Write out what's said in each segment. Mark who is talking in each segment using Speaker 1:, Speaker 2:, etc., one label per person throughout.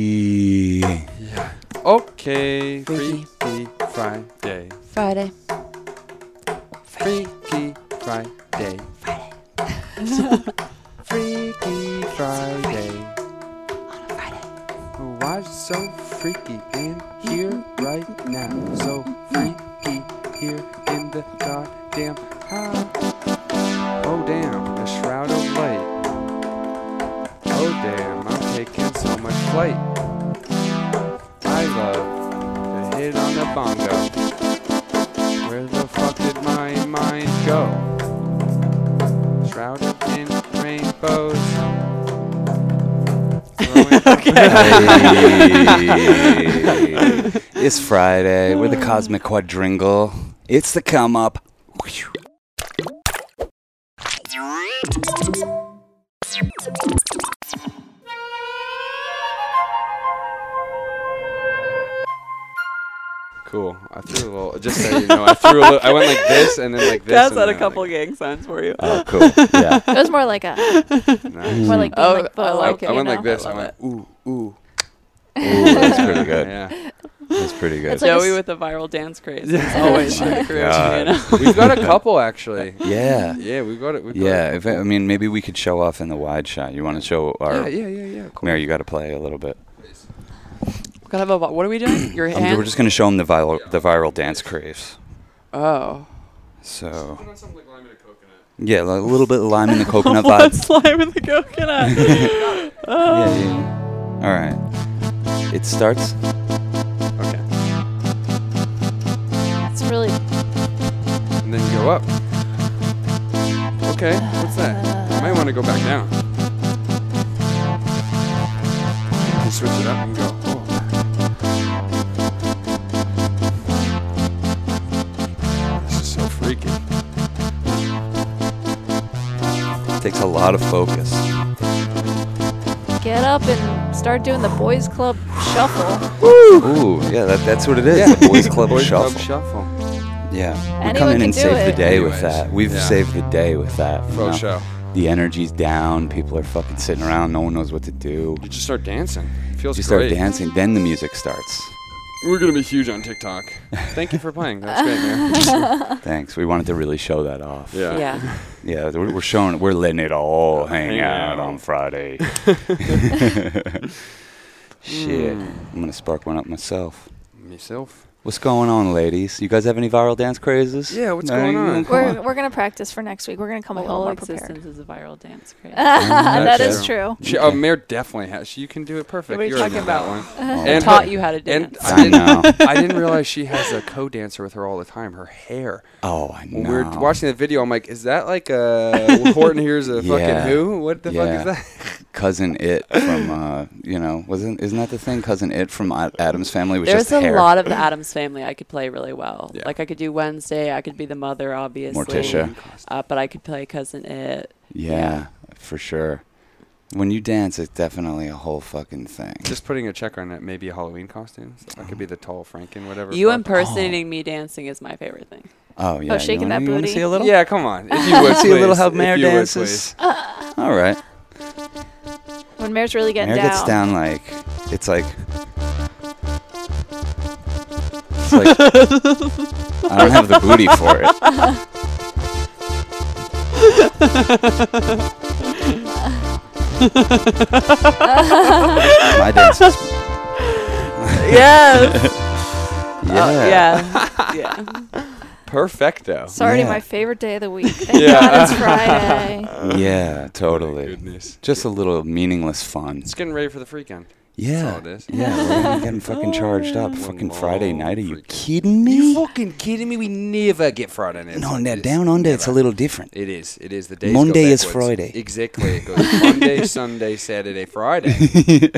Speaker 1: Y
Speaker 2: Okay,
Speaker 3: Freaky.
Speaker 2: Freaky Friday.
Speaker 3: Friday.
Speaker 2: Freaky Friday. Freaky Friday. Oh,
Speaker 3: On a Friday.
Speaker 2: Why so freaky in here right now? So freaky here in the goddamn house. Oh damn, a shroud of light. Oh damn, I'm taking so much flight. I love the hit on the bongo. Where the fuck did my mind go? Shrouded in rainbows. Throwing
Speaker 1: Hey. it's Friday. We're the Cosmic Quadringle. It's the come up.
Speaker 2: Cool. I threw a little. Just so you know, I threw a little. I went like this and then like this.
Speaker 4: That's
Speaker 2: and
Speaker 4: not a
Speaker 2: then,
Speaker 4: couple
Speaker 2: like,
Speaker 4: gang signs for you.
Speaker 1: Oh, cool. Yeah.
Speaker 3: It was more like a
Speaker 2: nice.
Speaker 3: more like being
Speaker 4: Oh,
Speaker 3: like
Speaker 4: I
Speaker 3: bow,
Speaker 4: like it.
Speaker 2: I
Speaker 3: you
Speaker 2: went
Speaker 3: know?
Speaker 2: like this. I,
Speaker 4: love
Speaker 2: went ooh ooh.
Speaker 1: Ooh, that's pretty good.
Speaker 2: Yeah.
Speaker 1: That's pretty good.
Speaker 3: It's like a
Speaker 4: Joey
Speaker 3: s-
Speaker 4: with the viral dance craze.
Speaker 2: Yeah.
Speaker 4: It's always
Speaker 1: Oh my
Speaker 4: the crew, you
Speaker 1: God.
Speaker 4: know?
Speaker 2: We've got a couple actually.
Speaker 1: yeah.
Speaker 2: Yeah, we've got it. We've
Speaker 1: Yeah.
Speaker 2: Got
Speaker 1: If, I mean, maybe we could show off in the wide shot. You want to show our.
Speaker 2: it. Yeah. Yeah. Yeah. Yeah. Cool.
Speaker 1: Mary, you got to play a little bit.
Speaker 4: Gotta have a vo- What are we doing? Your
Speaker 1: Um,
Speaker 4: hand.
Speaker 1: we're just going to show them the viral, the viral dance craze.
Speaker 4: oh.
Speaker 1: So,
Speaker 2: on something like lime and a coconut.
Speaker 1: yeah, li- a little bit of lime in the coconut
Speaker 4: What
Speaker 1: vibes.
Speaker 4: slime in the coconut?
Speaker 1: Yeah,
Speaker 4: oh.
Speaker 1: yeah, yeah. All right. It starts.
Speaker 2: Okay.
Speaker 3: It's really
Speaker 2: And then you go up. Okay. What's that? You might want to go back down. You switch it up and go. "Oh." This is so freaky.
Speaker 1: Takes a lot of focus.
Speaker 3: get up and start doing the boys club shuffle.
Speaker 1: Ooh, yeah, that, that's what it is. The Boys Club
Speaker 2: Boys
Speaker 1: Shuffle.
Speaker 2: Club shuffle.
Speaker 1: Yeah, we
Speaker 3: Anyone
Speaker 1: come in
Speaker 3: can
Speaker 1: and
Speaker 3: do
Speaker 1: save the
Speaker 3: it.
Speaker 1: day with
Speaker 2: Anyways,
Speaker 1: that. We've
Speaker 2: yeah.
Speaker 1: saved the day with that. you
Speaker 2: Pro
Speaker 1: know?
Speaker 2: show.
Speaker 1: The energy's down. People are fucking sitting around. No one knows what to do.
Speaker 2: You just start dancing. It feels
Speaker 1: You start
Speaker 2: great.
Speaker 1: dancing, then the music starts.
Speaker 2: We're gonna be huge on TikTok. Thank you for playing. That's great, man.
Speaker 3: Uh.
Speaker 1: Thanks. We wanted to really show that off.
Speaker 2: yeah.
Speaker 4: Yeah.
Speaker 1: Yeah, we're, we're showing. We're letting it all hang
Speaker 2: Hang
Speaker 1: out
Speaker 2: out.
Speaker 1: on Friday. Shit,
Speaker 3: Hmm.
Speaker 1: I'm gonna spark one up myself.
Speaker 2: Myself.
Speaker 1: What's going on, ladies? You guys have any viral dance crazes?
Speaker 2: Yeah, what's
Speaker 1: No,
Speaker 2: going
Speaker 1: you
Speaker 2: on?
Speaker 1: don't- come
Speaker 3: We're we're gonna practice for next week. We're gonna come
Speaker 4: Oh My
Speaker 3: a little
Speaker 4: whole
Speaker 3: more
Speaker 4: existence
Speaker 3: prepared.
Speaker 4: is a viral dance craze.
Speaker 3: that
Speaker 1: That's
Speaker 3: is true.
Speaker 2: She, oh, Mare definitely has. She, you can do it perfect.
Speaker 4: What are you
Speaker 2: You're
Speaker 4: talking
Speaker 2: in that
Speaker 4: about?
Speaker 2: one.
Speaker 1: Oh,
Speaker 2: And-
Speaker 4: Taught you how to
Speaker 2: And
Speaker 4: dance.
Speaker 2: I
Speaker 1: I know.
Speaker 2: didn't, I didn't realize she has a co-dancer with her all the time. Her hair.
Speaker 1: Oh, I know.
Speaker 2: When we were watching the video, I'm like, is that like a Horton here's a
Speaker 1: Yeah.
Speaker 2: fucking who? What the
Speaker 1: Yeah.
Speaker 2: fuck is that?
Speaker 1: cousin it from uh, you know wasn't isn't that the thing cousin it from I- Adam's family was
Speaker 4: There's
Speaker 1: just
Speaker 4: a
Speaker 1: hair.
Speaker 4: lot of the Adams family I could play really well.
Speaker 2: Yeah.
Speaker 4: Like I could do Wednesday. I could be the mother, obviously.
Speaker 1: Morticia.
Speaker 4: Uh, but I could play cousin it.
Speaker 1: yeah, for sure. When you dance, it's definitely a whole fucking thing.
Speaker 2: Just putting a check on it. Maybe a Halloween costume. So I could be the tall Franken, whatever.
Speaker 4: You
Speaker 2: fuck.
Speaker 4: impersonating me dancing is my favorite thing.
Speaker 1: Oh yeah,
Speaker 3: shaking
Speaker 1: you wanna,
Speaker 3: that
Speaker 1: You wanna
Speaker 3: booty.
Speaker 1: see a little?
Speaker 2: Yeah, come on. If you would
Speaker 1: see a little how
Speaker 2: please.
Speaker 1: Mare
Speaker 2: If you would,
Speaker 1: dances. All right,
Speaker 3: When Mare's really getting
Speaker 1: Mare
Speaker 3: down.
Speaker 1: gets down like it's like. It's like I don't have the booty for it. My dance is
Speaker 4: yes. Oh,
Speaker 1: yeah.
Speaker 4: yeah. yeah.
Speaker 2: please. Perfecto.
Speaker 3: It's already
Speaker 1: Yeah.
Speaker 3: my favorite day of the week. Thank
Speaker 2: Yeah.
Speaker 3: God it's Friday.
Speaker 1: Yeah,
Speaker 2: My
Speaker 1: totally.
Speaker 2: Goodness.
Speaker 1: Just a little meaningless fun.
Speaker 2: It's getting ready for the freaking.
Speaker 1: Yeah.
Speaker 2: all it is.
Speaker 1: Yeah, we're gonna get 'em fucking charged up. fucking Friday
Speaker 2: long
Speaker 1: night. Are you
Speaker 2: freaking-
Speaker 1: kidding me?
Speaker 2: fucking kidding me? We never get Friday nights.
Speaker 1: No, now down under it's a little different.
Speaker 2: It is. It is. The days
Speaker 1: Monday
Speaker 2: go
Speaker 1: is
Speaker 2: backwards.
Speaker 1: Friday.
Speaker 2: Exactly. It goes Monday, Sunday, Saturday, Friday.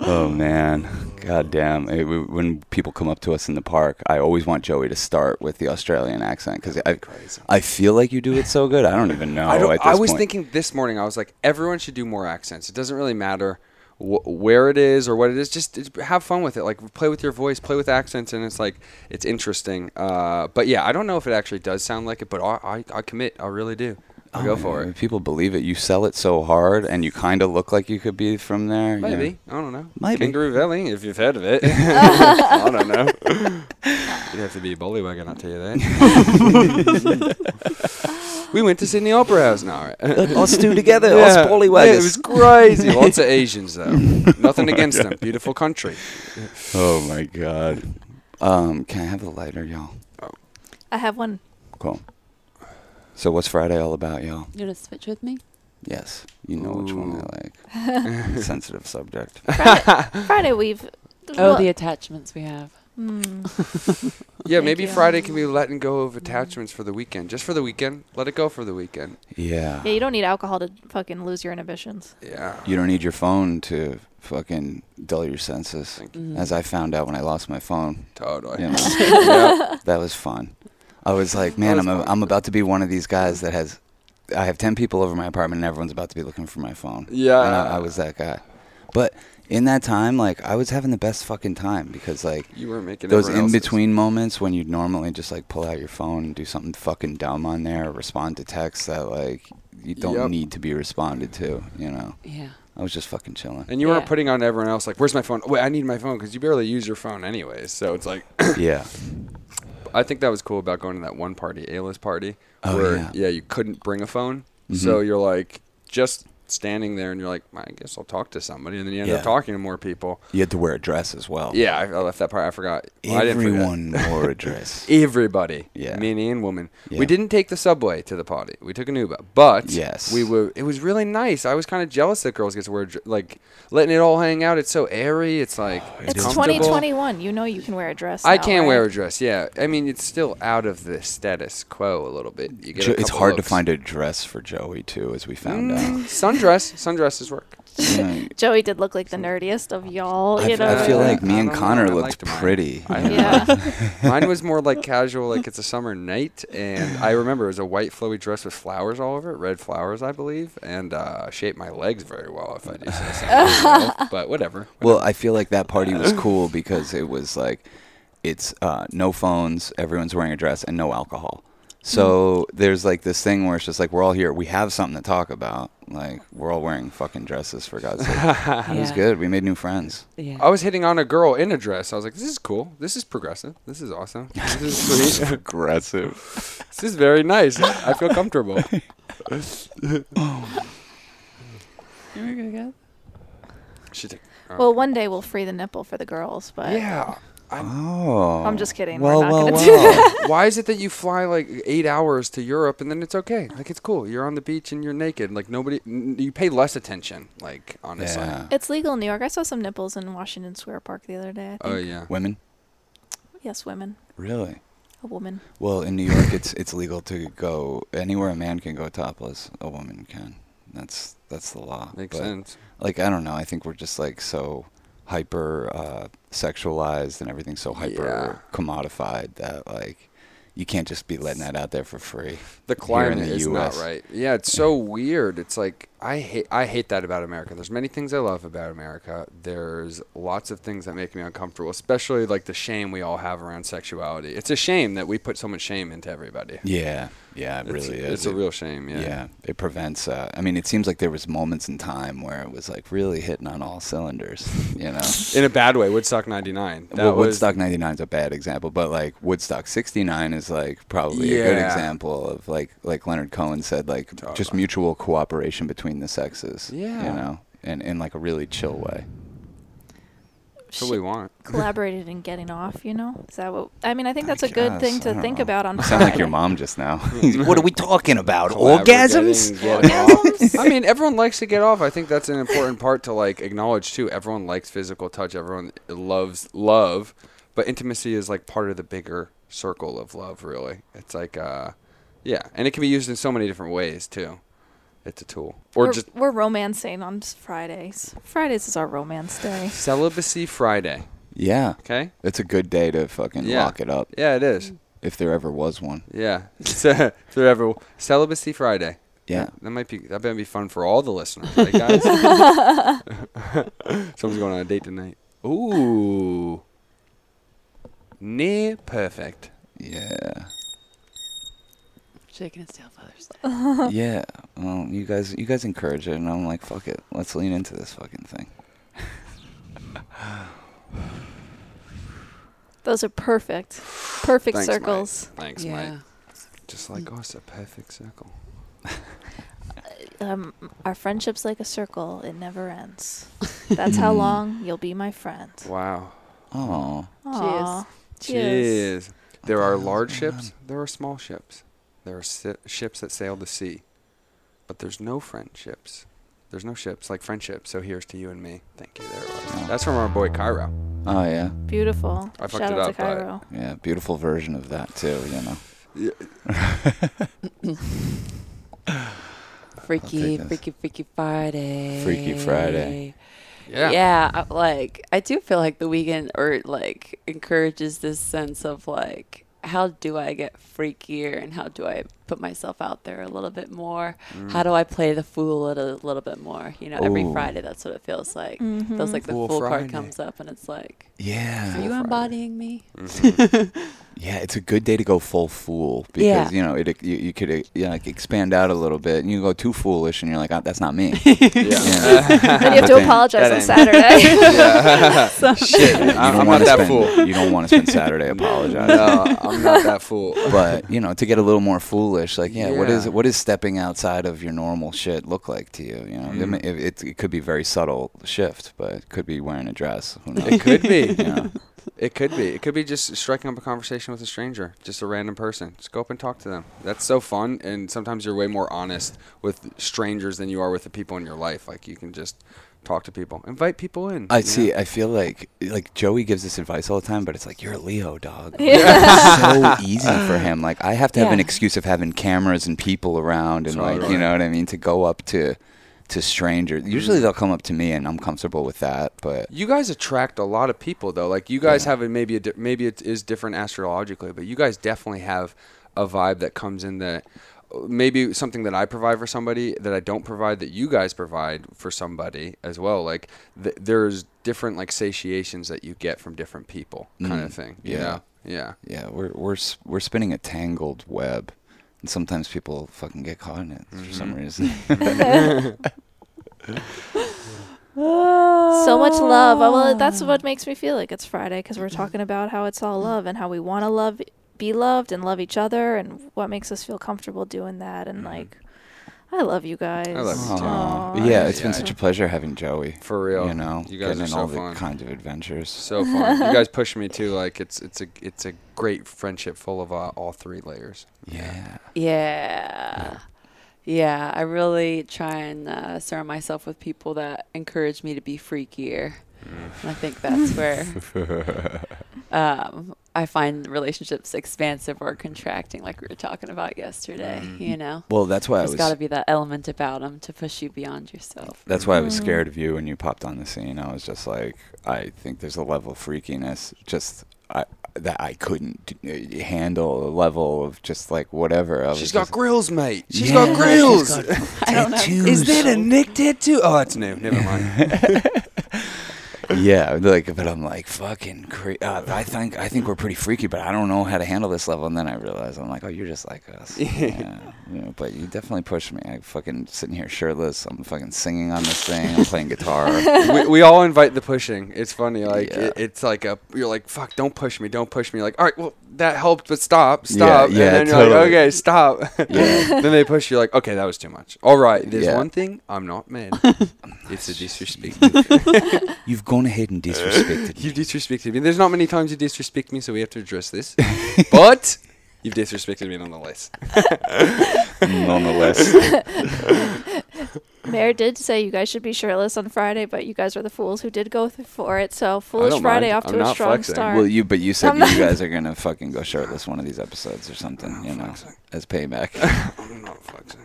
Speaker 1: Oh man, god damn! It- w- when people come up to us in the park, I always want Joey to start with the Australian accent because I,
Speaker 2: Crazy.
Speaker 1: I feel like you do it so good. I don't even know.
Speaker 2: I,
Speaker 1: at
Speaker 2: don't,
Speaker 1: this
Speaker 2: I was
Speaker 1: point.
Speaker 2: thinking this morning. I was like, everyone should do more accents. It doesn't really matter wh- where it is or what it is. Just it's- have fun with it. Like play with your voice, play with accents, and it's like it's interesting. Uh, but yeah, I don't know if it actually does sound like it, but I, I, I commit. I really do. I'll
Speaker 1: Oh,
Speaker 2: go for it.
Speaker 1: People believe it. You sell it so hard, and you kind of look like you could be from there. you know.
Speaker 2: Maybe. I don't know.
Speaker 1: Might be.
Speaker 2: Kangaroo Valley, if you've heard of it. I don't know. You'd have to be a bullywugger not tell you that. we went to Sydney Opera House now.
Speaker 1: Us two together,
Speaker 2: Yeah.
Speaker 1: us
Speaker 2: Yeah, it was
Speaker 1: Bollywaggers.
Speaker 2: crazy. Lots of Asians though. Nothing against them. Beautiful country.
Speaker 1: Oh my god. Um, can I have the lighter, y'all?
Speaker 3: I have one.
Speaker 1: Cool. So what's Friday all about, y'all?
Speaker 4: You gonna switch with me?
Speaker 1: Yes, you know which one I like. Sensitive subject.
Speaker 3: Friday, Friday we've.
Speaker 4: Oh,
Speaker 3: well,
Speaker 4: the attachments we have.
Speaker 3: mm,
Speaker 2: Yeah,
Speaker 3: Thank
Speaker 2: maybe
Speaker 3: you.
Speaker 2: Friday can be letting go of attachments for the weekend. Just for the weekend. Let it go for the weekend.
Speaker 1: Yeah.
Speaker 3: yeah, you don't need alcohol to fucking lose your inhibitions.
Speaker 2: Yeah.
Speaker 1: You don't need your phone to fucking dull your senses,
Speaker 2: Thank
Speaker 4: Mhm.
Speaker 1: as I found out when I lost my phone.
Speaker 2: Totally.
Speaker 1: You know,
Speaker 2: Yeah.
Speaker 1: that was fun. I was like, man,
Speaker 2: was
Speaker 1: I'm a,
Speaker 2: fun.
Speaker 1: I'm about to be one of these guys that has. I have ten people over my apartment, and everyone's about to be looking for my phone.
Speaker 2: Yeah.
Speaker 1: and I, I was that guy. But in that time, like, I was having the best fucking time because, like,
Speaker 2: You weren't making
Speaker 1: those
Speaker 2: everyone
Speaker 1: in
Speaker 2: else's.
Speaker 1: between moments when you'd normally just like pull out your phone and do something fucking dumb on there or respond to texts that like you don't
Speaker 2: Yep.
Speaker 1: need to be responded to, you know.
Speaker 4: Yeah.
Speaker 1: I was just fucking chilling.
Speaker 2: And you weren't
Speaker 4: Yeah.
Speaker 2: putting on everyone else like, "Where's my phone? Wait, I need my phone," because you barely use your phone anyways. So it's like,
Speaker 1: yeah.
Speaker 2: I think that was cool about going to that one party, A-list party,
Speaker 1: Oh,
Speaker 2: where
Speaker 1: yeah. Mm-hmm.
Speaker 2: you couldn't bring a phone, so you're like just standing there, and you're like, "I guess I'll talk to somebody," and then you end
Speaker 1: Yeah.
Speaker 2: up talking to more people.
Speaker 1: You had to wear a dress as well.
Speaker 2: Yeah, I, I left that part. I forgot. Well, I didn't forget.
Speaker 1: Everyone wore a dress.
Speaker 2: Everybody,
Speaker 1: Yeah.
Speaker 2: men and women.
Speaker 1: Yeah.
Speaker 2: We didn't take the subway to the party. We took an Uber, but
Speaker 1: Yes.
Speaker 2: we were. It was really nice. I was kind of jealous that girls get to wear dr- like letting it all hang out. It's so airy. It's like
Speaker 1: It
Speaker 3: It's
Speaker 1: is.
Speaker 2: comfortable.
Speaker 3: 2021. You know you can wear a dress.
Speaker 2: I
Speaker 3: now,
Speaker 2: can wear a
Speaker 3: right?
Speaker 2: dress. Yeah, I mean it's still out of the status quo a little bit. You get
Speaker 1: Jo-
Speaker 2: a
Speaker 1: it's
Speaker 2: couple
Speaker 1: hard
Speaker 2: looks.
Speaker 1: to find a dress for Joey too, as we found
Speaker 2: Mm,
Speaker 1: out.
Speaker 2: sundress, sundresses work.
Speaker 1: You know,
Speaker 3: Joey did look like the nerdiest of y'all.
Speaker 1: I,
Speaker 3: you
Speaker 1: f-
Speaker 3: know.
Speaker 1: I feel like
Speaker 2: I
Speaker 1: me and
Speaker 2: don't know,
Speaker 1: Connor
Speaker 2: I
Speaker 1: looked
Speaker 2: liked mine.
Speaker 1: pretty.
Speaker 2: I
Speaker 1: you know?
Speaker 3: Yeah.
Speaker 2: Mine was more like casual, like it's a summer night, and I remember it was a white flowy dress with flowers all over it, red flowers, I believe, and uh, shaped my legs very well, if I do say so myself. But whatever.
Speaker 1: Well, I feel like that party was cool because it was like it's uh, no phones, everyone's wearing a dress, and no alcohol.
Speaker 2: Mm.
Speaker 1: So there's like this thing where it's just like we're all here, we have something to talk about. Like we're all wearing fucking dresses for God's sake.
Speaker 4: yeah.
Speaker 1: It was good. We made new friends.
Speaker 4: Yeah.
Speaker 2: I was hitting on a girl in a dress. I was like, "This is cool. This is progressive. This is awesome. This is sweet.
Speaker 1: Aggressive.
Speaker 2: this is very nice. I feel comfortable."
Speaker 4: You were gonna go?
Speaker 2: She took.
Speaker 3: well, one day we'll free the nipple for the girls, but
Speaker 2: "Oh." Yeah.
Speaker 1: Oh.
Speaker 3: I'm just kidding.
Speaker 1: Well,
Speaker 3: We're not
Speaker 1: well,
Speaker 3: gonna do that.
Speaker 1: well.
Speaker 2: Oh, Why is it that you fly like eight hours to Europe and then it's okay? Like it's cool. You're on the beach and you're naked. Like nobody, n- you pay less attention. Like honestly.
Speaker 1: yeah.
Speaker 3: It's legal in New York. I saw some nipples in Washington Square Park the other day. I think.
Speaker 2: Oh yeah.
Speaker 1: Women?
Speaker 3: Yes, women.
Speaker 1: Really?
Speaker 3: A woman.
Speaker 1: Well, in New York, it's it's legal to go anywhere a man can go topless, a woman can. That's that's the law.
Speaker 2: Makes
Speaker 1: But-
Speaker 2: sense.
Speaker 1: like I don't know. I think we're just like so hyper uh, sexualized and everything's so hyper commodified that like you can't just be letting that out there for free.
Speaker 2: The
Speaker 1: Here in
Speaker 2: climate
Speaker 1: the
Speaker 2: is
Speaker 1: US.
Speaker 2: not right. Yeah, it's so weird. It's like I hate I hate that about America. There's many things I love about America. There's lots of things that make me uncomfortable, especially like the shame we all have around sexuality. It's a shame that we put so much shame into everybody.
Speaker 1: Yeah, yeah, it
Speaker 2: It's-
Speaker 1: really is.
Speaker 2: It's a real shame.
Speaker 1: yeah. it prevents. Uh, I mean, it seems like there was moments in time where it was like really hitting on all cylinders. You know,
Speaker 2: In a bad way, Woodstock '99. That
Speaker 1: well,
Speaker 2: was
Speaker 1: Woodstock '99 is a bad example, but like Woodstock '69 is like probably a good
Speaker 2: Yeah.
Speaker 1: example of like like Leonard Cohen said, like just
Speaker 2: Totally.
Speaker 1: mutual cooperation between the sexes. you
Speaker 2: Yeah.
Speaker 1: know, and in like a really chill way.
Speaker 2: That's what we want.
Speaker 3: Collaborated in getting off, you know? Is that what I mean I think
Speaker 1: I
Speaker 3: that's a good thing
Speaker 1: guess. I
Speaker 3: to
Speaker 1: don't
Speaker 3: think
Speaker 1: know.
Speaker 3: about on
Speaker 1: You sound like
Speaker 3: Friday.
Speaker 1: your mom just now. what are we talking about?
Speaker 2: Collaborating,
Speaker 1: Orgasms?
Speaker 2: getting off.
Speaker 3: Orgasms?
Speaker 2: I mean, everyone likes to get off. I think that's an important part to like acknowledge too. Everyone likes physical touch. Everyone loves love, but intimacy is like part of the bigger circle of love. Really, it's like, uh, yeah, and it can be used in so many different ways too. It's a tool, or
Speaker 3: we're,
Speaker 2: just
Speaker 3: we're romancing on s- Fridays. Fridays is our romance day.
Speaker 2: celibacy Friday.
Speaker 1: Yeah.
Speaker 2: Okay.
Speaker 1: It's a good day to fucking
Speaker 2: Yeah.
Speaker 1: lock it up,
Speaker 2: Yeah, it is.
Speaker 1: if there ever was one.
Speaker 2: Yeah, so, so ever celibacy Friday.
Speaker 1: Yeah.
Speaker 2: That might be that might be fun for all the listeners, right, guys? Someone's going on a date tonight. Ooh, near perfect.
Speaker 1: Yeah.
Speaker 4: shaking its tail feathers.
Speaker 1: yeah. Well, you guys, you guys encourage it, and I'm like, fuck it, let's lean into this fucking thing.
Speaker 3: Those are perfect. Perfect
Speaker 2: Thanks, mate.
Speaker 3: circles.
Speaker 2: Thanks,
Speaker 4: yeah.
Speaker 2: mate. Just like us, a perfect circle.
Speaker 3: Um, our friendship's like a circle, it never ends. That's how long you'll be my friend.
Speaker 2: Wow.
Speaker 1: Oh,
Speaker 3: Aw. Cheers.
Speaker 2: Cheers. There are
Speaker 1: What the hell
Speaker 2: large
Speaker 1: is going
Speaker 2: ships. There are small ships. There are si- ships that sail the sea. But there's no friendships. There's no ships like friendship. So here's to you and me. Thank you. There it was.
Speaker 1: Oh.
Speaker 2: That's from our boy Cairo.
Speaker 1: oh yeah,
Speaker 3: Beautiful.
Speaker 2: I fucked
Speaker 3: Shout
Speaker 2: it
Speaker 3: out
Speaker 2: up, but-
Speaker 3: to Cairo.
Speaker 1: yeah. Beautiful version of that too. You know.
Speaker 4: Freaky,
Speaker 1: this.
Speaker 4: freaky, freaky Friday.
Speaker 1: Oh, Freaky Friday.
Speaker 4: Yeah.
Speaker 2: Yeah.
Speaker 4: I- like I do feel like the weekend or like encourages this sense of like how do I get freakier and how do I put myself out there a little bit more?
Speaker 2: Mm.
Speaker 4: How do I play the fool a little, little bit more? You know, every
Speaker 1: Mm-hmm. Ooh.
Speaker 4: Friday that's what it feels like. Feels
Speaker 3: Mhm.
Speaker 4: like the
Speaker 2: Fool
Speaker 4: fool,
Speaker 2: Friday.
Speaker 4: card comes up and it's like, are
Speaker 1: Yeah. Mm-hmm.
Speaker 4: you
Speaker 2: Friday.
Speaker 4: embodying me?
Speaker 1: Yeah, it's a good day to go full fool because
Speaker 4: Yeah.
Speaker 1: you know it. You, you could uh, you know, like expand out a little bit, and you go too foolish, and you're like, oh, that's not me.
Speaker 2: Yeah.
Speaker 3: Then you have to
Speaker 1: That
Speaker 3: apologize on
Speaker 2: ain't-
Speaker 3: Saturday.
Speaker 2: Yeah. Shit.
Speaker 1: You
Speaker 2: I'm,
Speaker 1: don't
Speaker 2: I'm not
Speaker 1: wanna
Speaker 2: that
Speaker 1: spend-
Speaker 2: fool.
Speaker 1: You don't want to spend Saturday apologizing.
Speaker 2: No, I'm not that fool.
Speaker 1: But you know, to get a little more foolish, like yeah, what is
Speaker 2: Yeah.
Speaker 1: what is stepping outside of your normal shit look like to you? You know, it
Speaker 2: Mm.
Speaker 1: may- it, it, it could be very subtle shift, but it could be wearing a dress. Who knows?
Speaker 2: It could be.
Speaker 1: You know?
Speaker 2: It could be. It could be just striking up a conversation with a stranger, just a random person. Just go up and talk to them. That's so fun. And sometimes you're way more honest with strangers than you are with the people in your life. Like you can just talk to people, invite people in.
Speaker 1: I
Speaker 2: you
Speaker 1: see.
Speaker 2: know?
Speaker 1: I feel like like Joey gives this advice all the time, but it's like you're a Leo dog.
Speaker 3: Yeah.
Speaker 1: It's so easy for him. Like I have to have an
Speaker 4: Yeah.
Speaker 1: excuse of having cameras and people around, and
Speaker 2: Totally.
Speaker 1: like you know what I mean to go up to to strangers.
Speaker 2: Mm.
Speaker 1: Usually they'll come up to me, and I'm comfortable with that. But
Speaker 2: You guys attract a lot of people though. Like you guys have a, maybe a di- maybe it is different astrologically, but you guys definitely have a vibe that comes in that maybe something that I provide for somebody that I don't provide that you guys provide for somebody as well. Like th- there's different like satiations that you get from different people, kind of
Speaker 1: Mm,
Speaker 2: thing. you
Speaker 1: yeah.
Speaker 2: know? yeah.
Speaker 1: yeah, we're we're s- we're spinning a tangled web, and sometimes people fucking get caught in it for some
Speaker 2: Mm-hmm.
Speaker 1: reason.
Speaker 3: so much love. Oh, Well, that's what makes me feel like it's Friday because we're talking about how it's all love and how we want to love, be loved, and love each other, and what makes us feel comfortable doing that. And like, I love you guys.
Speaker 2: Mm-hmm. love you too.
Speaker 1: Aw.
Speaker 3: Aw.
Speaker 1: But yeah, it's been
Speaker 2: Yeah.
Speaker 1: such a pleasure having Joey.
Speaker 2: For real.
Speaker 1: You know,
Speaker 2: you guys
Speaker 1: getting
Speaker 2: are
Speaker 1: in
Speaker 2: so
Speaker 1: all
Speaker 2: fun.
Speaker 1: the kind of adventures.
Speaker 2: so fun. You guys push me too. Like it's it's a it's a great friendship full of uh, all three layers.
Speaker 1: Yeah.
Speaker 4: Yeah. Yeah, I really try and uh, surround myself with people that encourage me to be freakier. And I think that's where um, I find relationships expansive or contracting, like we were talking about yesterday. You know,
Speaker 1: Well, that's why I
Speaker 4: there's
Speaker 1: was.
Speaker 4: got to be that element about them to push you beyond yourself.
Speaker 1: That's why I was scared of you when you popped on the scene. I was just like, I think there's a level of freakiness just I, that I couldn't d- uh, handle. A level of just like whatever. I was
Speaker 2: She's got
Speaker 1: just-
Speaker 2: grills, mate. She's
Speaker 1: Yeah,
Speaker 2: got grills.
Speaker 1: she's got
Speaker 4: I don't have
Speaker 1: tattoos.
Speaker 2: Is that a Nick tattoo? Oh, that's new. Never mind.
Speaker 1: yeah, like, but I'm like fucking. Cre- uh, I think I think we're pretty freaky, but I don't know how to handle this level. And then I realized I'm like, oh, you're just like us. yeah, you know, but you definitely pushed me. I fucking sitting here shirtless. I'm fucking singing on this thing. I'm playing guitar.
Speaker 2: we, we all invite the pushing. It's funny. Like
Speaker 1: Yeah.
Speaker 2: it, it's like a you're like fuck. Don't push me. Don't push me. Like all right, well that helped, but stop, stop.
Speaker 1: yeah,
Speaker 2: and then you're like
Speaker 1: totally.
Speaker 2: okay, stop.
Speaker 1: Yeah.
Speaker 2: then they push you like okay, that was too much. All right, there's
Speaker 1: Yeah.
Speaker 2: one thing I'm not mad. it's a disrespect.
Speaker 1: You've gone ahead and disrespected
Speaker 2: you
Speaker 1: me.
Speaker 2: disrespected me. There's not many times you disrespect me, so we have to address this. but you've disrespected me nonetheless.
Speaker 1: Nonetheless.
Speaker 3: Mayor did say you guys should be shirtless on Friday, but you guys were the fools who did go th- for it. So Foolish
Speaker 2: don't
Speaker 3: Friday
Speaker 2: mind.
Speaker 3: off
Speaker 2: I'm
Speaker 3: to a
Speaker 2: not
Speaker 3: strong
Speaker 2: flexing.
Speaker 3: start.
Speaker 1: Well, you but you said
Speaker 3: I'm
Speaker 1: you
Speaker 3: not-
Speaker 1: guys are gonna fucking go shirtless one of these episodes or
Speaker 2: Oh,
Speaker 1: something, you know, as payback.
Speaker 2: I'm not flexing.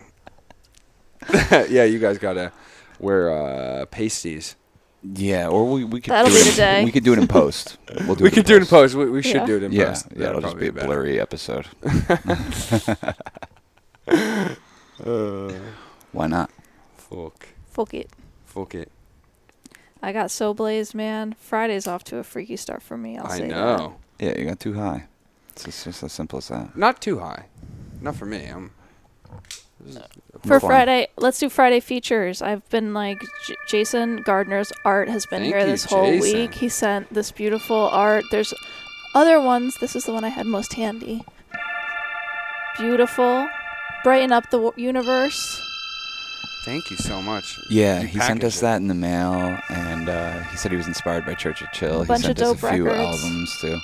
Speaker 2: yeah, you guys gotta wear uh, pasties.
Speaker 1: yeah, or we, we could
Speaker 3: That'll
Speaker 1: do it
Speaker 3: be
Speaker 1: in,
Speaker 3: today.
Speaker 1: We could do it in post. We'll do
Speaker 2: we
Speaker 1: it
Speaker 2: could do it in post. We, we should
Speaker 3: Yeah.
Speaker 2: do it in
Speaker 1: Yeah,
Speaker 2: post.
Speaker 1: yeah, it'll just be a
Speaker 2: blurry.
Speaker 1: blurry episode.
Speaker 2: Uh.
Speaker 1: Why not?
Speaker 2: fuck,
Speaker 3: Fuck it.
Speaker 2: fuck it.
Speaker 3: I got so blazed, man. Friday's off to a freaky start for me. I'll
Speaker 2: i
Speaker 3: say that.
Speaker 2: know.
Speaker 1: Yeah, you got too high. It's just, just as simple as that.
Speaker 2: Not too high. Not for me. I'm This is
Speaker 3: For
Speaker 1: Fun.
Speaker 3: Friday, let's do Friday features. I've been like J- Jason Gardner's art has been
Speaker 2: Thank
Speaker 3: here
Speaker 2: you,
Speaker 3: this whole
Speaker 2: Jason.
Speaker 3: week. He sent this beautiful art. There's other ones. This is the one I had most handy. Beautiful, brighten up the w- universe.
Speaker 2: Thank you so much.
Speaker 1: Yeah,
Speaker 2: You
Speaker 1: he sent us
Speaker 2: packaged it.
Speaker 1: that in the mail, and uh, he said he was inspired by Church of Chill. he
Speaker 3: bunch
Speaker 1: sent
Speaker 3: of
Speaker 1: us
Speaker 3: dope
Speaker 1: a few
Speaker 3: records.
Speaker 1: albums too.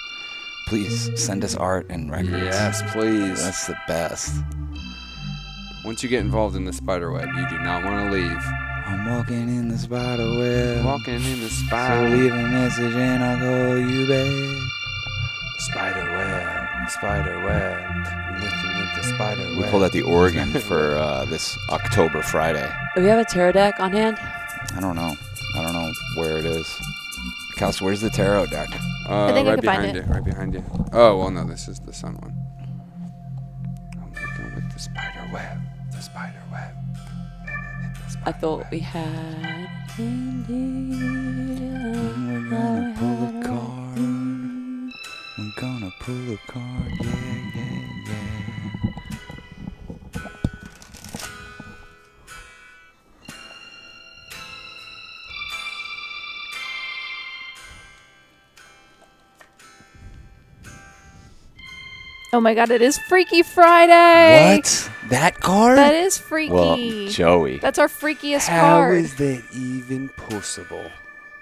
Speaker 1: Please send us art and records.
Speaker 2: Yes, please.
Speaker 1: That's the best.
Speaker 2: Once you get involved in the spider web, you do not want to leave.
Speaker 1: I'm walking in the spider web.
Speaker 2: Walking in the
Speaker 1: So
Speaker 2: spider
Speaker 1: leave a message and I'll call you back.
Speaker 2: spider web, spider web, lifting at the spider web.
Speaker 1: We pulled out the Oregon for uh, this October Friday.
Speaker 4: Do we have a tarot deck on hand?
Speaker 1: I don't know. I don't know where it is. Kels, where's the tarot deck?
Speaker 2: Uh,
Speaker 3: I think I
Speaker 2: right
Speaker 3: could find
Speaker 2: behind
Speaker 3: it.
Speaker 2: you. Right behind you. Oh well, no, this is the sun one. I'm looking with the spider web, the spider web. The
Speaker 4: I
Speaker 2: spider
Speaker 4: thought
Speaker 2: web.
Speaker 4: we had. We're
Speaker 1: gonna pull a card. We're gonna pull a card. Yeah, yeah, yeah.
Speaker 3: Oh my God! It is Freaky Friday.
Speaker 1: What? That card?
Speaker 3: That is freaky.
Speaker 1: well, Joey.
Speaker 3: That's our freakiest
Speaker 2: How
Speaker 3: card.
Speaker 2: is that even possible?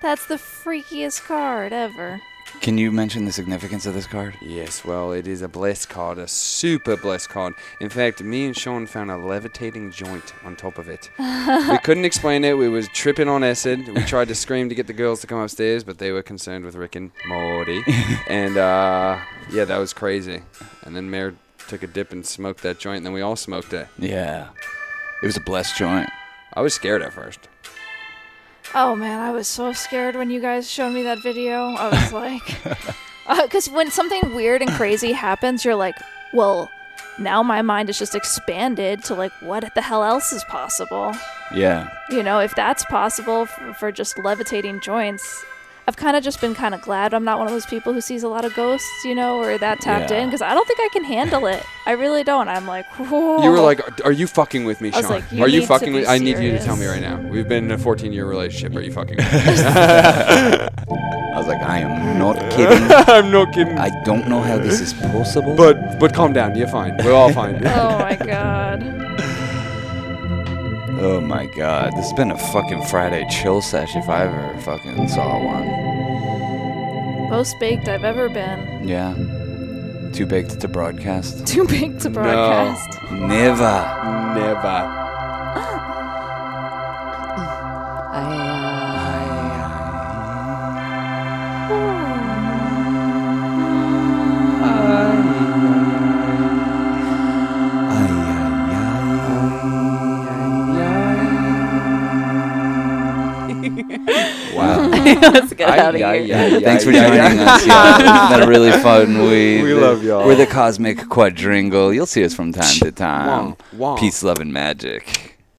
Speaker 3: That's the freakiest card ever.
Speaker 1: Can you mention the significance of this card?
Speaker 2: Yes, well, it is a blessed card, a super blessed card. In fact, me and Sean found a levitating joint on top of it. we couldn't explain it. We was tripping on acid. We tried to scream to get the girls to come upstairs, but they were concerned with Rick and Morty. and uh, yeah, that was crazy. And then Mayor took a dip and smoked that joint, and then we all smoked it.
Speaker 1: Yeah. It was a blessed joint.
Speaker 2: I was scared at first.
Speaker 3: Oh man, I was so scared when you guys showed me that video. I was like, because when something weird and crazy happens, you're like, well, now my mind is just expanded to like, what the hell else is possible?
Speaker 1: Yeah.
Speaker 3: You know, if that's possible for, for just levitating joints. I've kind of just been kind of glad I'm not one of those people who sees a lot of ghosts, you know, or that tapped
Speaker 1: Yeah.
Speaker 3: in, because I don't think I can handle it. I really don't. I'm like, whoa.
Speaker 2: You were like, "Are you fucking with me,
Speaker 3: I
Speaker 2: Sean?
Speaker 3: was like, you
Speaker 2: Are you
Speaker 3: need to
Speaker 2: fucking
Speaker 3: be
Speaker 2: with? I need you to tell me right
Speaker 3: serious.
Speaker 2: now. We've been in a 14-year relationship. Are you fucking? with me?
Speaker 1: I was like, I am not kidding.
Speaker 2: I'm not kidding.
Speaker 1: I don't know how this is possible.
Speaker 2: But but calm down, you're fine. We're all fine.
Speaker 3: oh my god.
Speaker 1: Oh my god, this has been a fucking Friday chill sesh if I ever fucking saw one.
Speaker 3: Most baked I've ever been.
Speaker 1: Yeah. Too baked to broadcast?
Speaker 3: Too big to broadcast.
Speaker 1: Never.
Speaker 2: Never.
Speaker 4: I,
Speaker 1: Wow.
Speaker 4: uh, let's get
Speaker 2: Ay,
Speaker 4: out of
Speaker 2: ay,
Speaker 4: here.
Speaker 2: ay, ay,
Speaker 1: Thanks for
Speaker 2: ay,
Speaker 1: joining
Speaker 2: ay.
Speaker 1: us. Yeah, it's been a really fun week.
Speaker 2: We love y'all.
Speaker 1: We're the Cosmic Quadringle. You'll see us from time to time.
Speaker 2: Wah, wah.
Speaker 1: Peace, love, and magic.